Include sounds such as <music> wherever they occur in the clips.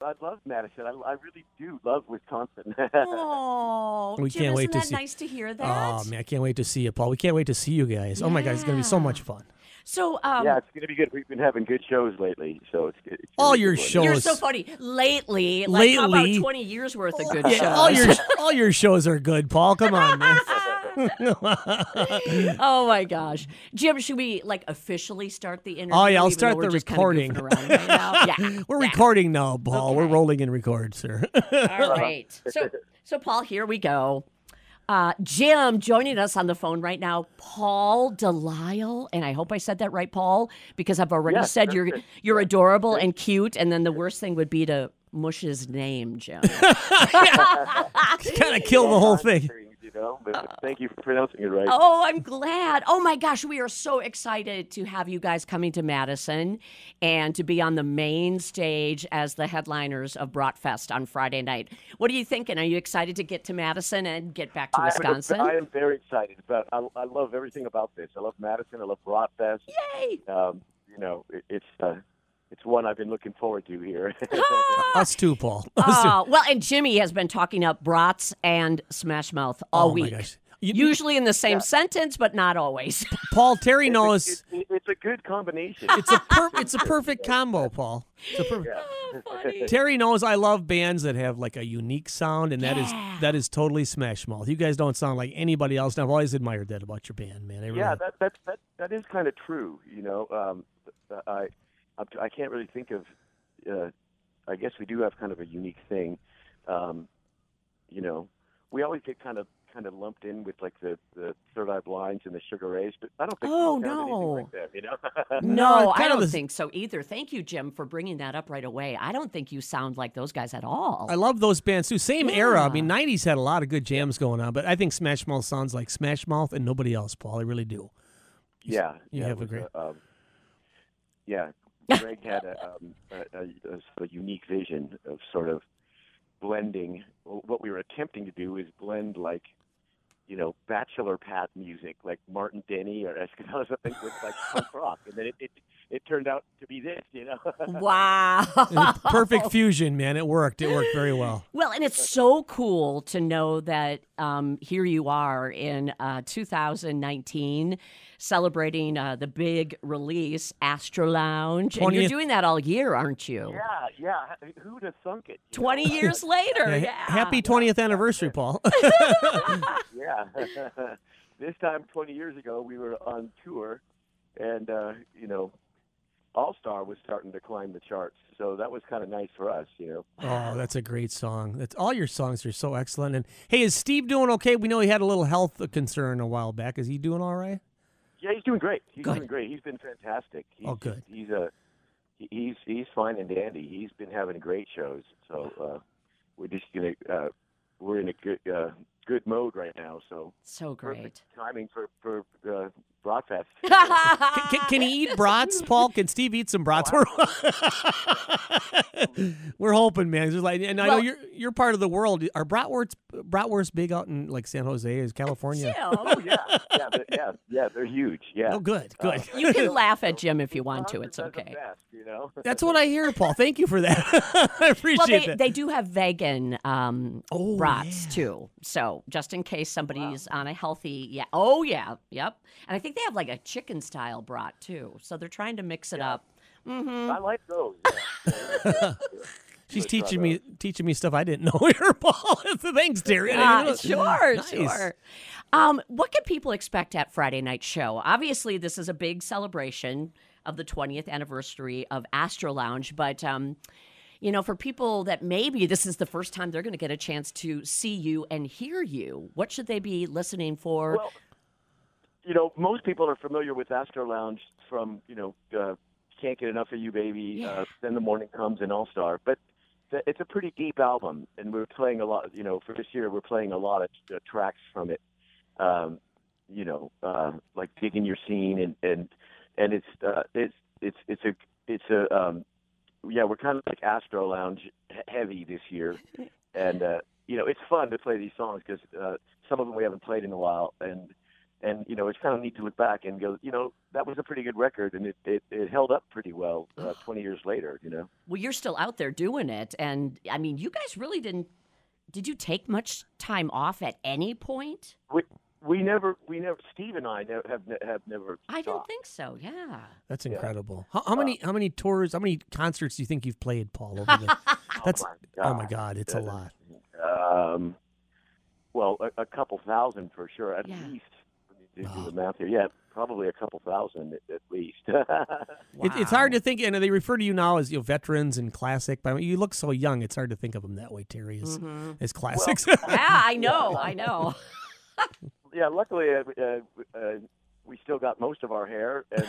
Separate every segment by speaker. Speaker 1: I love Madison. I, I really do love Wisconsin. <laughs>
Speaker 2: Oh,
Speaker 3: We
Speaker 2: Jim,
Speaker 3: can't wait
Speaker 2: isn't
Speaker 3: to
Speaker 2: that
Speaker 3: see-
Speaker 2: nice to hear that.
Speaker 3: Oh man, I can't wait to see you, Paul. We can't wait to see you guys. Oh my god, it's gonna be so
Speaker 2: Yeah.
Speaker 3: much fun.
Speaker 2: So, um,
Speaker 1: yeah, it's going to be good. We've been having good shows lately, so it's good. It's
Speaker 3: All
Speaker 1: really
Speaker 3: your
Speaker 1: good one.
Speaker 3: shows.
Speaker 2: you're so funny. Lately, like how about
Speaker 3: Lately.
Speaker 2: 20 years worth of good
Speaker 3: <laughs> Yeah,
Speaker 2: shows.
Speaker 3: all your all your shows are good, Paul. Come on, man.
Speaker 2: <laughs> oh my gosh, Jim, should we like officially start the interview?
Speaker 3: Oh, yeah, I'll
Speaker 2: even though
Speaker 3: start
Speaker 2: we're
Speaker 3: the
Speaker 2: just kinda
Speaker 3: recording.
Speaker 2: goofing around right
Speaker 3: <laughs>
Speaker 2: now? Yeah,
Speaker 3: We're
Speaker 2: yeah.
Speaker 3: recording now, Paul. We're rolling and record, sir. <laughs>
Speaker 1: Uh-huh.
Speaker 2: All right.
Speaker 1: <laughs>
Speaker 2: So, so Paul, here we go. Uh, Jim joining us on the phone right now, Paul Delisle, and I hope I said that right, Paul, because I've already
Speaker 1: Yes,
Speaker 2: said
Speaker 1: that's
Speaker 2: you're
Speaker 1: it.
Speaker 2: you're adorable and cute, and then the worst thing would be to mush his name, Jim.
Speaker 3: kind of kill the whole thing.
Speaker 1: You know, but thank you for pronouncing it right.
Speaker 2: Oh, I'm glad. Oh my gosh, we are so excited to have you guys coming to Madison and to be on the main stage as the headliners of Broadfest on Friday night. What are you thinking? Are you excited to get to Madison and get back to
Speaker 1: I am-
Speaker 2: Wisconsin?
Speaker 1: I am very excited about. I, I love everything about this. I love Madison. I love Broadfest. <laughs>
Speaker 2: Yay!
Speaker 1: Um, you know, it, it's uh, it's one I've been looking forward to here. <laughs>
Speaker 2: Ah.
Speaker 3: Us too, Paul. Us too.
Speaker 2: Oh, well, and Jimmy has been talking up brats and Smash Mouth all
Speaker 3: Oh, my
Speaker 2: week.
Speaker 3: gosh. You-
Speaker 2: Usually in the same sentence, but
Speaker 1: <laughs>
Speaker 2: not always. <laughs>
Speaker 3: Paul Terry
Speaker 1: It's,
Speaker 3: knows
Speaker 1: it, it's a good combination.
Speaker 3: it's a per- it's a perfect combo, Paul. It's a perfect.
Speaker 1: <laughs>
Speaker 2: Funny.
Speaker 3: Terry knows I love bands that have like a unique sound, and that is
Speaker 2: Yeah.
Speaker 3: that is totally Smash Mouth. You guys don't sound like anybody else, and I've always admired that about your band, man. I really-
Speaker 1: yeah, that that's that that is kind of true. You know, um, th- I I'm- I can't really think of. Uh, I guess we do have kind of a unique thing. Um, you know, we always get kind of kind of lumped in with like the the Third Eye Blinds and the Sugar Rays, but I don't think
Speaker 2: Oh,
Speaker 1: we sound anything
Speaker 2: no.
Speaker 1: like them. You know. <laughs>
Speaker 3: No,
Speaker 2: No, I
Speaker 3: kind of
Speaker 2: don't
Speaker 3: the s-
Speaker 2: think so either. Thank you, Jim, for bringing that up right away. I don't think you sound like those guys at all.
Speaker 3: I love those bands too. Same era. I mean,
Speaker 2: Yeah.
Speaker 3: '90s had a lot of good jams going on, but I think Smash Mouth sounds like Smash Mouth and nobody else, Paul. I
Speaker 2: <laughs>
Speaker 3: really do.
Speaker 1: yeah,
Speaker 3: you
Speaker 1: yeah, it
Speaker 3: have a
Speaker 1: was
Speaker 3: great-
Speaker 1: um,
Speaker 3: <laughs>
Speaker 1: yeah, Greg had a, um, a, a, a sort of unique vision of sort of blending. What we were attempting to do is blend like, you know, bachelor pad music, like Martin Denny or Eskimo <laughs> or something, with like punk rock, and then it, it it turned out to be this, you know.
Speaker 3: <laughs>
Speaker 2: Wow. <laughs>
Speaker 3: Perfect fusion, man. It worked. It worked very well.
Speaker 2: Well, and it's so cool to know that um, here you are in uh, 2019 celebrating uh, the big release, Astro Lounge. And you're
Speaker 3: 20th
Speaker 2: doing that all year, aren't
Speaker 3: Oh.
Speaker 2: you?
Speaker 1: <laughs> yeah, yeah. Who'd have thunk it? you know?
Speaker 2: 20
Speaker 3: <laughs>
Speaker 2: years later.
Speaker 3: Yeah,
Speaker 2: Yeah.
Speaker 3: ha- Happy 20th anniversary, Paul. <laughs>
Speaker 1: Yeah. <laughs> this time 20 years ago, we were on tour, and, uh, you know, All Star was starting to climb the charts. So that was kind of nice for us, you know.
Speaker 3: oh, that's a great song. That's all your songs are so excellent. And hey, is Steve doing okay? We know he had a little health concern a while back. Is he doing all right?
Speaker 1: Yeah, he's doing great. He's
Speaker 2: Good.
Speaker 1: doing great. He's been fantastic. He's,
Speaker 3: Oh, good.
Speaker 1: He's a. he- He's he's fine and dandy. He's been having great shows, so uh, we're just gonna uh, we're in a good uh, good mode right now. So
Speaker 2: So great.
Speaker 1: perfect timing for for uh,
Speaker 3: <laughs>
Speaker 1: Oh, broadcast.
Speaker 3: Can, can, can
Speaker 2: <laughs>
Speaker 3: he eat brats, Paul? Can Steve eat some brats? We're, <laughs> we're hoping, man. It's just like, and I know
Speaker 2: Well-
Speaker 3: you're you're part of the world. Are bratwurst bratwurst big out in like San Jose? Is California?
Speaker 2: Jim,
Speaker 1: yeah, yeah, they're- yeah, yeah. They're huge. Yeah,
Speaker 3: Oh, good, good.
Speaker 2: you can laugh at Jim if you want to.
Speaker 1: Wisconsin
Speaker 2: It's
Speaker 1: does the
Speaker 2: okay.
Speaker 1: best, you know.
Speaker 3: <laughs>
Speaker 1: <laughs>
Speaker 3: That's what I hear, Paul. Thank you for that. <laughs> I appreciate
Speaker 2: Well, they,
Speaker 3: that.
Speaker 2: they do have vegan um,
Speaker 3: Oh,
Speaker 2: brats
Speaker 3: yeah.
Speaker 2: too. So just in case somebody's on a healthy, yeah. Oh yeah, yep. And I think they have like a chicken style brat too. So they're trying to mix it up. Mm-hmm.
Speaker 1: I like those. yeah.
Speaker 3: She's
Speaker 1: Let's try
Speaker 3: teaching me teaching me stuff I didn't know <laughs> here, Paul. Thanks, Terry. I didn't
Speaker 2: Ah,
Speaker 3: know- Mm,
Speaker 2: sure,
Speaker 3: Nice.
Speaker 2: sure. Um, what can people expect at Friday night show? Obviously, this is a big celebration of the 20th anniversary of Astro Lounge, but um, you know, for people that maybe this is the first time they're going to get a chance to see you and hear you, what should they be listening for?
Speaker 1: Well, you know, most people are familiar with Astro Lounge from you know, uh, can't get enough of you, baby.
Speaker 2: Yeah.
Speaker 1: Uh, then the morning comes and All Star, but th- it's a pretty deep album, and we're playing a lot. You know, for this year, we're playing a lot of uh, tracks from it. Um, you know, uh, like digging your scene, and and and it's uh, it's it's it's a it's a um, yeah, we're kind of like Astro Lounge he- heavy this year, and uh, you know, it's fun to play these songs because uh, some of them we haven't played in a while, and and you know it's kind of neat to look back and go, you know, that was a pretty good record, and it it, it held up pretty well uh, twenty years later. You know,
Speaker 2: Well, you're still out there doing it, and I mean, you guys really didn't. Did you take much time off at any point?
Speaker 1: we we never we never Steve and I ne- have ne- have never.
Speaker 2: I don't
Speaker 1: stopped.
Speaker 2: think so. Yeah.
Speaker 3: That's incredible. How, how many how many tours, how many concerts do you think you've played, Paul? Over
Speaker 2: <laughs>
Speaker 3: the, that's oh my God, it's a
Speaker 1: That is-
Speaker 3: lot.
Speaker 1: Um, well, a, a couple thousand for sure, at
Speaker 2: Yeah.
Speaker 1: least. Let me do-
Speaker 3: Wow.
Speaker 1: do the math here. Yeah, probably a couple thousand at, at least. <laughs>
Speaker 3: It, it's hard to think, and they refer to you now as you know, veterans and classic. But I mean, you look so young; it's hard to think of them that way, Terry. As,
Speaker 1: Mm-hmm.
Speaker 3: <laughs>
Speaker 2: Mhm.
Speaker 3: as classics,
Speaker 2: Yeah, I know. I
Speaker 3: <laughs>
Speaker 2: know.
Speaker 1: yeah, luckily uh, uh, uh, we still got most of our hair and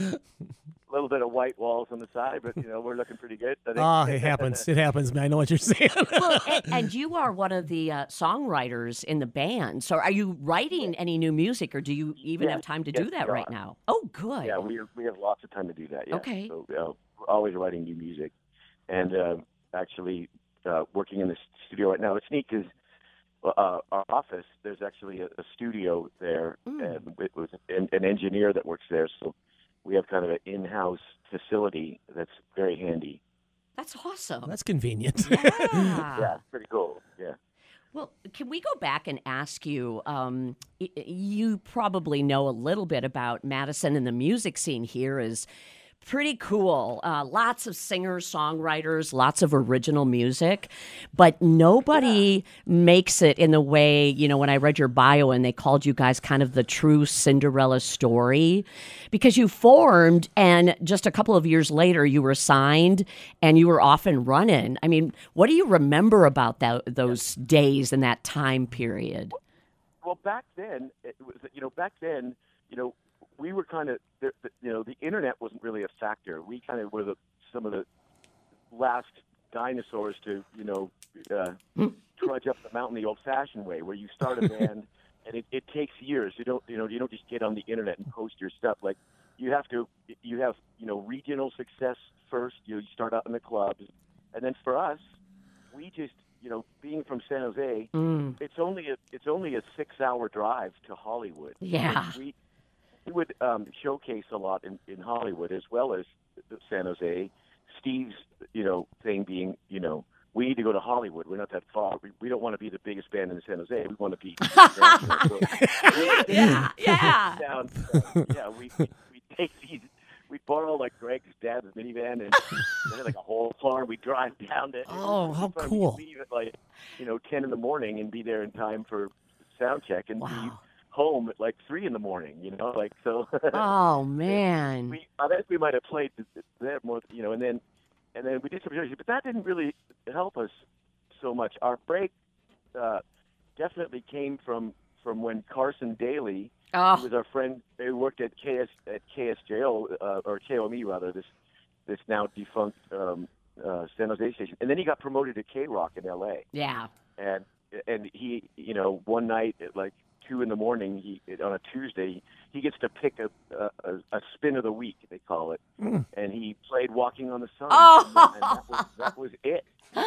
Speaker 1: we-
Speaker 3: <laughs>
Speaker 1: a little bit of white walls on the side, but you know we're looking pretty good. I think.
Speaker 3: <laughs> Ah,
Speaker 1: <laughs>
Speaker 3: it happens. It happens. man. I know what you're saying.
Speaker 2: well, and, and you are one of the uh, songwriters in the band. So, are you writing any new music, or do you even
Speaker 1: Yeah,
Speaker 2: have time to
Speaker 1: yes,
Speaker 2: do that
Speaker 1: we
Speaker 2: right
Speaker 1: are.
Speaker 2: now? Oh, good.
Speaker 1: Yeah, we we have lots of time to do that. Yeah.
Speaker 2: Okay.
Speaker 1: So uh, we're always writing new music, and uh, actually uh, working in the studio right now. It's neat because uh, our office there's actually a, a studio there,
Speaker 2: Mm.
Speaker 1: and it was an, an engineer that works there. So we have kind of an in-house facility that's very handy.
Speaker 2: That's awesome.
Speaker 3: <laughs> That's convenient. <laughs>
Speaker 2: yeah.
Speaker 1: yeah, it's pretty cool. Yeah.
Speaker 2: Well, can we go back and ask you? Um, y- y- you probably know a little bit about Madison, and the music scene here is pretty cool. Uh, lots of singers, songwriters, lots of original music, but nobody makes it in the way, you know, when I read your bio and they called you guys kind of the true Cinderella story because you formed and just a couple of years later you were signed and you were off and running. I mean, what do you remember about tho- those days and that time period?
Speaker 1: well back then it was you know back then you know we were kind of the, the, you know the internet wasn't really a factor we kind of were the some of the last dinosaurs to you know uh, trudge up the mountain the old fashioned way where you start a band and it, it takes years you don't you know you don't just get on the internet and post your stuff like you have to you have you know regional success first you, know, you start out in the clubs and then for us we just you know being from san jose
Speaker 2: Mm,
Speaker 1: it's only a it's only a six hour drive to Hollywood.
Speaker 2: Yeah.
Speaker 1: Like, we we would um, showcase a lot in, in Hollywood as well as the San Jose. Steve's you know thing being you know we need to go to Hollywood. We're not that far. We, we don't want to be the biggest band in San Jose. We want to be. <laughs> national. So we-
Speaker 2: yeah, yeah.
Speaker 1: down. uh, yeah, we we we'd take these. We borrow like Greg's dad's minivan and they had like a whole farm. We drive down to.
Speaker 3: Oh, how
Speaker 1: We'd
Speaker 3: cool.
Speaker 1: Leave at like you know ten in the morning and be there in time for sound check and be
Speaker 2: <laughs> Wow.
Speaker 1: home at like three in the morning. You know, like so. <laughs>
Speaker 2: Oh
Speaker 3: Mm.
Speaker 2: man.
Speaker 1: we I think we might have played there more. You know, and then and then we did some shows, but that didn't really help us so much. Our break uh, definitely came from from when Carson Daly he
Speaker 2: Oh,
Speaker 1: was our friend. They worked at KS at KSJO uh, or KOME rather. This this now defunct um, uh, San Jose station, and then he got promoted to K Rock in L.A.
Speaker 2: yeah. <gasps>
Speaker 1: and and he you know one night at like two in the morning he on a Tuesday he gets to pick a a, a spin of the week they call it,
Speaker 3: Mm.
Speaker 1: and he played Walking on the Sun.
Speaker 2: Oh.
Speaker 1: and that was, that was it.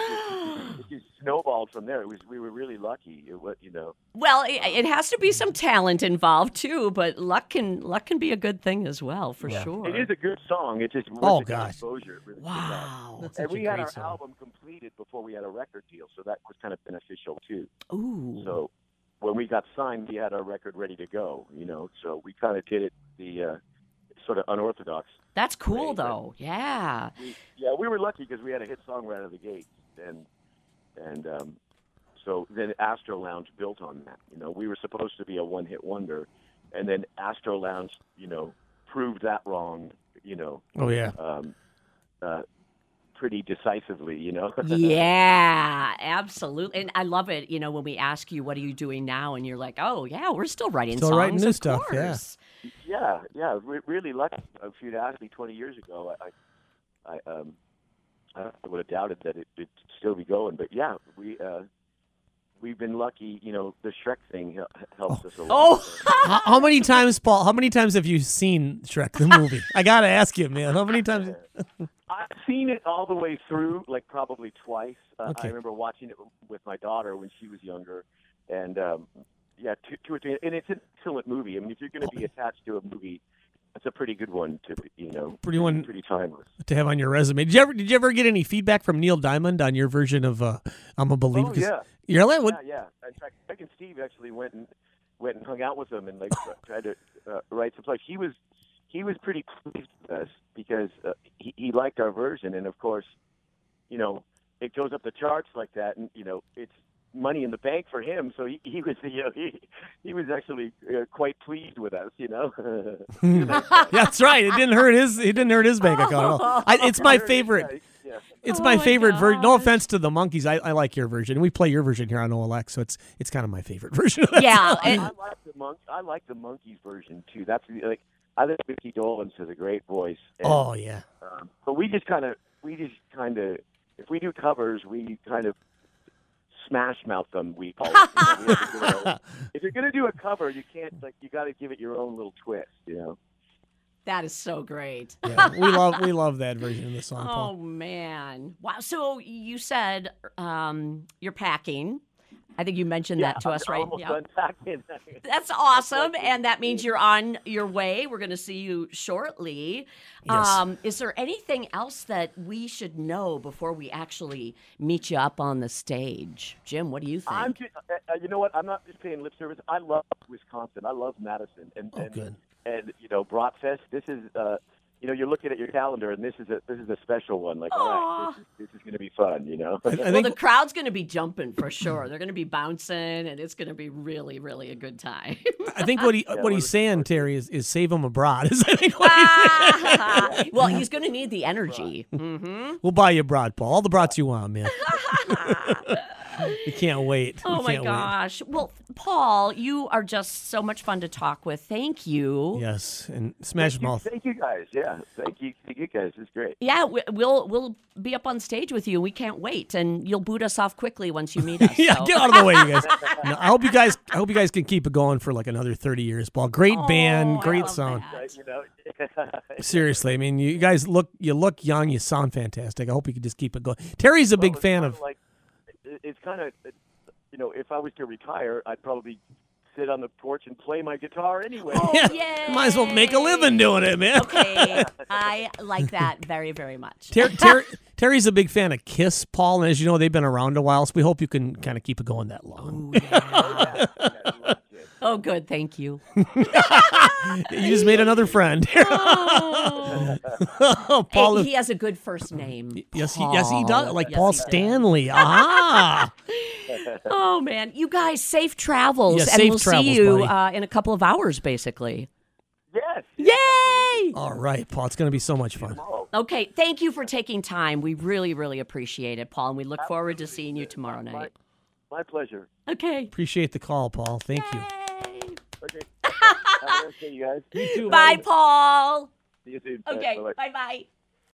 Speaker 1: It just snowballed from there. It was we were really lucky. It was you know.
Speaker 2: Well, it, it has to be some talent involved too, but luck can luck can be a good thing as well, for
Speaker 3: Yeah.
Speaker 2: sure.
Speaker 1: It is a good song. It just
Speaker 3: Oh,
Speaker 1: wasn't the
Speaker 3: gosh.
Speaker 1: exposure. It really did that.
Speaker 2: Wow.
Speaker 3: That's such
Speaker 1: and we
Speaker 3: a
Speaker 1: had
Speaker 3: great
Speaker 1: our
Speaker 3: song.
Speaker 1: album completed before we had a record deal, so that was kind of beneficial too.
Speaker 2: Ooh.
Speaker 1: So when we got signed, we had our record ready to go, you know. So we kind of did it the uh, sort of unorthodox.
Speaker 2: That's cool
Speaker 1: Great, but-
Speaker 2: though.
Speaker 1: <laughs>
Speaker 2: Yeah.
Speaker 1: We, yeah, we were lucky because we had a hit song right out of the gate, and and um, so then Astro Lounge built on that. You know, we were supposed to be a one-hit wonder, and then Astro Lounge, you know, proved that wrong. You know,
Speaker 3: Oh yeah.
Speaker 1: um, uh, pretty decisively. You know. <laughs>
Speaker 2: yeah, absolutely. And I love it, you know, when we ask you, what are you doing now? And you're like, oh, yeah, we're still writing
Speaker 3: Still
Speaker 2: songs.
Speaker 3: writing new
Speaker 2: of
Speaker 3: stuff, yeah. <laughs>
Speaker 2: course."
Speaker 1: Yeah, yeah, re- really lucky. If you'd asked me 20 years ago, I, I, I, um, I would have doubted that it, it'd still be going. But yeah, we uh, we've been lucky. You know, the Shrek thing hel- helps us a lot.
Speaker 2: Oh,
Speaker 3: How, how many times, Paul? How many times have you seen Shrek the movie? I gotta ask you, man.
Speaker 1: <laughs>
Speaker 3: How many times?
Speaker 1: <laughs> I've seen it all the way through, like probably twice. Uh,
Speaker 3: Okay.
Speaker 1: I remember watching it with my daughter when she was younger, and um, yeah, two, two or three, and it's an excellent movie. I mean, if you're going to be attached to a movie, it's a pretty good one to be, you know,
Speaker 3: Pretty one-
Speaker 1: pretty timeless.
Speaker 3: to have on your resume. Did you ever did you ever get any feedback from Neil Diamond on your version of uh, "I'm a Believer"?
Speaker 1: Oh
Speaker 3: 'Cause-
Speaker 1: yeah,
Speaker 3: you're like, what-
Speaker 1: yeah, yeah. In fact, Beck and Steve actually went and went and hung out with him and like tr- tried to uh, write some plays. He was he was pretty pleased with us because uh, he, he liked our version, and of course, you know, it goes up the charts like that, and you know, it's money in the bank for him. So he, he was <laughs> you know he he was actually uh, quite pleased with us, you know. <laughs>
Speaker 3: <laughs> That's right. It didn't hurt his. It didn't hurt his bank account.
Speaker 1: <laughs>
Speaker 3: At all. I, it's my
Speaker 1: Yeah,
Speaker 3: favorite.
Speaker 1: Yeah, yeah.
Speaker 3: It's
Speaker 2: Oh
Speaker 3: my
Speaker 2: my
Speaker 3: favorite version. No
Speaker 2: gosh.
Speaker 3: offense to the monkeys. I, I like your version. We play your version here on OLX, so it's it's kind of my favorite <laughs> version. of that
Speaker 2: Yeah,
Speaker 3: song.
Speaker 2: Uh, and-
Speaker 1: I like the monk. I like the monkeys version too. That's the- like I think Mickey Dolenz has a great voice. And,
Speaker 3: oh yeah.
Speaker 1: um, but we just kind of we just kind of if we do covers, we kind of smash mouth them. We call it. You know, we have to give it
Speaker 3: <laughs>
Speaker 1: our- if you're gonna do a cover, you can't like you got to give it your own little twist. You know.
Speaker 2: That is so great.
Speaker 3: yeah. We love we love that version of the song.
Speaker 2: Oh
Speaker 3: Paul.
Speaker 2: man! Wow. So you said um, you're packing. I think you mentioned that to
Speaker 1: I'm
Speaker 2: us, right?
Speaker 1: Almost done
Speaker 3: <laughs>
Speaker 1: packing.
Speaker 2: That's awesome, and that means you're on your way. We're going to see you shortly.
Speaker 3: Yes.
Speaker 2: Um, is there anything else that we should know before we actually meet you up on the stage, Jim? What do you think?
Speaker 1: I'm just, uh, uh, you know what? I'm not just paying lip service. I love Wisconsin. I love Madison. And
Speaker 3: Oh,
Speaker 1: and,
Speaker 3: good.
Speaker 1: and you know, Bratfest. This is uh, you know, you're looking at your calendar, and this is a this is a special one. Like, all right,
Speaker 2: Aw.
Speaker 1: this is, this is going to be fun. You know.
Speaker 3: I
Speaker 2: well,
Speaker 3: think-
Speaker 2: the crowd's going to be jumping for sure. They're going to be bouncing, and it's going to be really, really a good time.
Speaker 3: <laughs>
Speaker 2: <laughs>
Speaker 3: I think what he what
Speaker 1: we're
Speaker 3: he's saying, Terry, is, is save him abroad. <laughs> Is I think what he's
Speaker 2: Ah! well, he's going to need the energy. hmm
Speaker 3: We'll buy you a brat, Paul. All the brats you
Speaker 2: <laughs>
Speaker 3: want, man. we can't wait.
Speaker 2: Oh
Speaker 3: We
Speaker 2: my
Speaker 3: can't
Speaker 2: gosh. Well, Paul, you are just so much fun to talk with. Thank you.
Speaker 3: Wait. Yes, and Smash Mouth.
Speaker 1: Thank <laughs> you guys. Yeah, thank you. Thank you guys. It's great.
Speaker 2: Yeah, we- we'll we'll be up on stage with you. We can't wait, and you'll boot us off quickly once you
Speaker 3: <laughs>
Speaker 2: meet us.
Speaker 3: Yeah,
Speaker 2: so.
Speaker 3: get out of the way, you guys. No, I hope you guys. I hope you guys can keep it going for like another thirty years, Paul. Great
Speaker 2: Oh,
Speaker 3: band,
Speaker 2: I
Speaker 3: great
Speaker 2: love
Speaker 3: sound.
Speaker 2: that.
Speaker 1: You know. <laughs>
Speaker 3: Seriously, I mean, you guys look you look young. You sound fantastic. I hope you can just keep it going. Terry's a big
Speaker 1: Well, it's
Speaker 3: fan
Speaker 1: kinda
Speaker 3: <laughs> of.
Speaker 1: Like, it- it's kind of, you know, if I was to retire, I'd probably sit on the porch and play my guitar anyway.
Speaker 2: Oh, yay.
Speaker 3: Might as well make a living doing it, man.
Speaker 2: <laughs> Okay, I like that very very
Speaker 3: <laughs>
Speaker 2: much. <laughs>
Speaker 3: Ter- Ter- Terry's a big fan of Kiss, Paul, and as you know, they've been around a while, so we hope you can kind of keep it going that long.
Speaker 2: Ooh, yeah.
Speaker 1: <laughs>
Speaker 2: oh, good. Thank you.
Speaker 3: <laughs> You just made another friend. <laughs>
Speaker 2: Oh.
Speaker 3: Paul, Mm-hmm.
Speaker 2: Hey, he has a good first name.
Speaker 3: Yes, he, yes, he does.
Speaker 2: Paul.
Speaker 3: Like
Speaker 2: Yes,
Speaker 3: Paul
Speaker 2: he does. <laughs>
Speaker 3: Stanley. ah,
Speaker 2: Oh man, you guys, safe travels,
Speaker 3: Yeah,
Speaker 2: and
Speaker 3: safe
Speaker 2: we'll
Speaker 3: travels,
Speaker 2: see you
Speaker 3: buddy.
Speaker 2: uh, in a couple of hours, basically.
Speaker 1: Yes.
Speaker 2: Yay!
Speaker 3: all right, Paul. It's going to be so much fun.
Speaker 1: Oh,
Speaker 2: Okay, thank you for taking time. We really, really appreciate it, Paul, and we look forward to seeing you tomorrow
Speaker 1: my,
Speaker 2: night.
Speaker 1: my pleasure.
Speaker 2: Okay.
Speaker 3: Appreciate the call, Paul. Thank you.
Speaker 2: Yay.
Speaker 3: <laughs>
Speaker 1: Okay. Have a nice day, you guys.
Speaker 3: too,
Speaker 2: Bye, Paul.
Speaker 1: See you soon.
Speaker 2: Okay,
Speaker 1: Bye-bye.
Speaker 2: bye bye.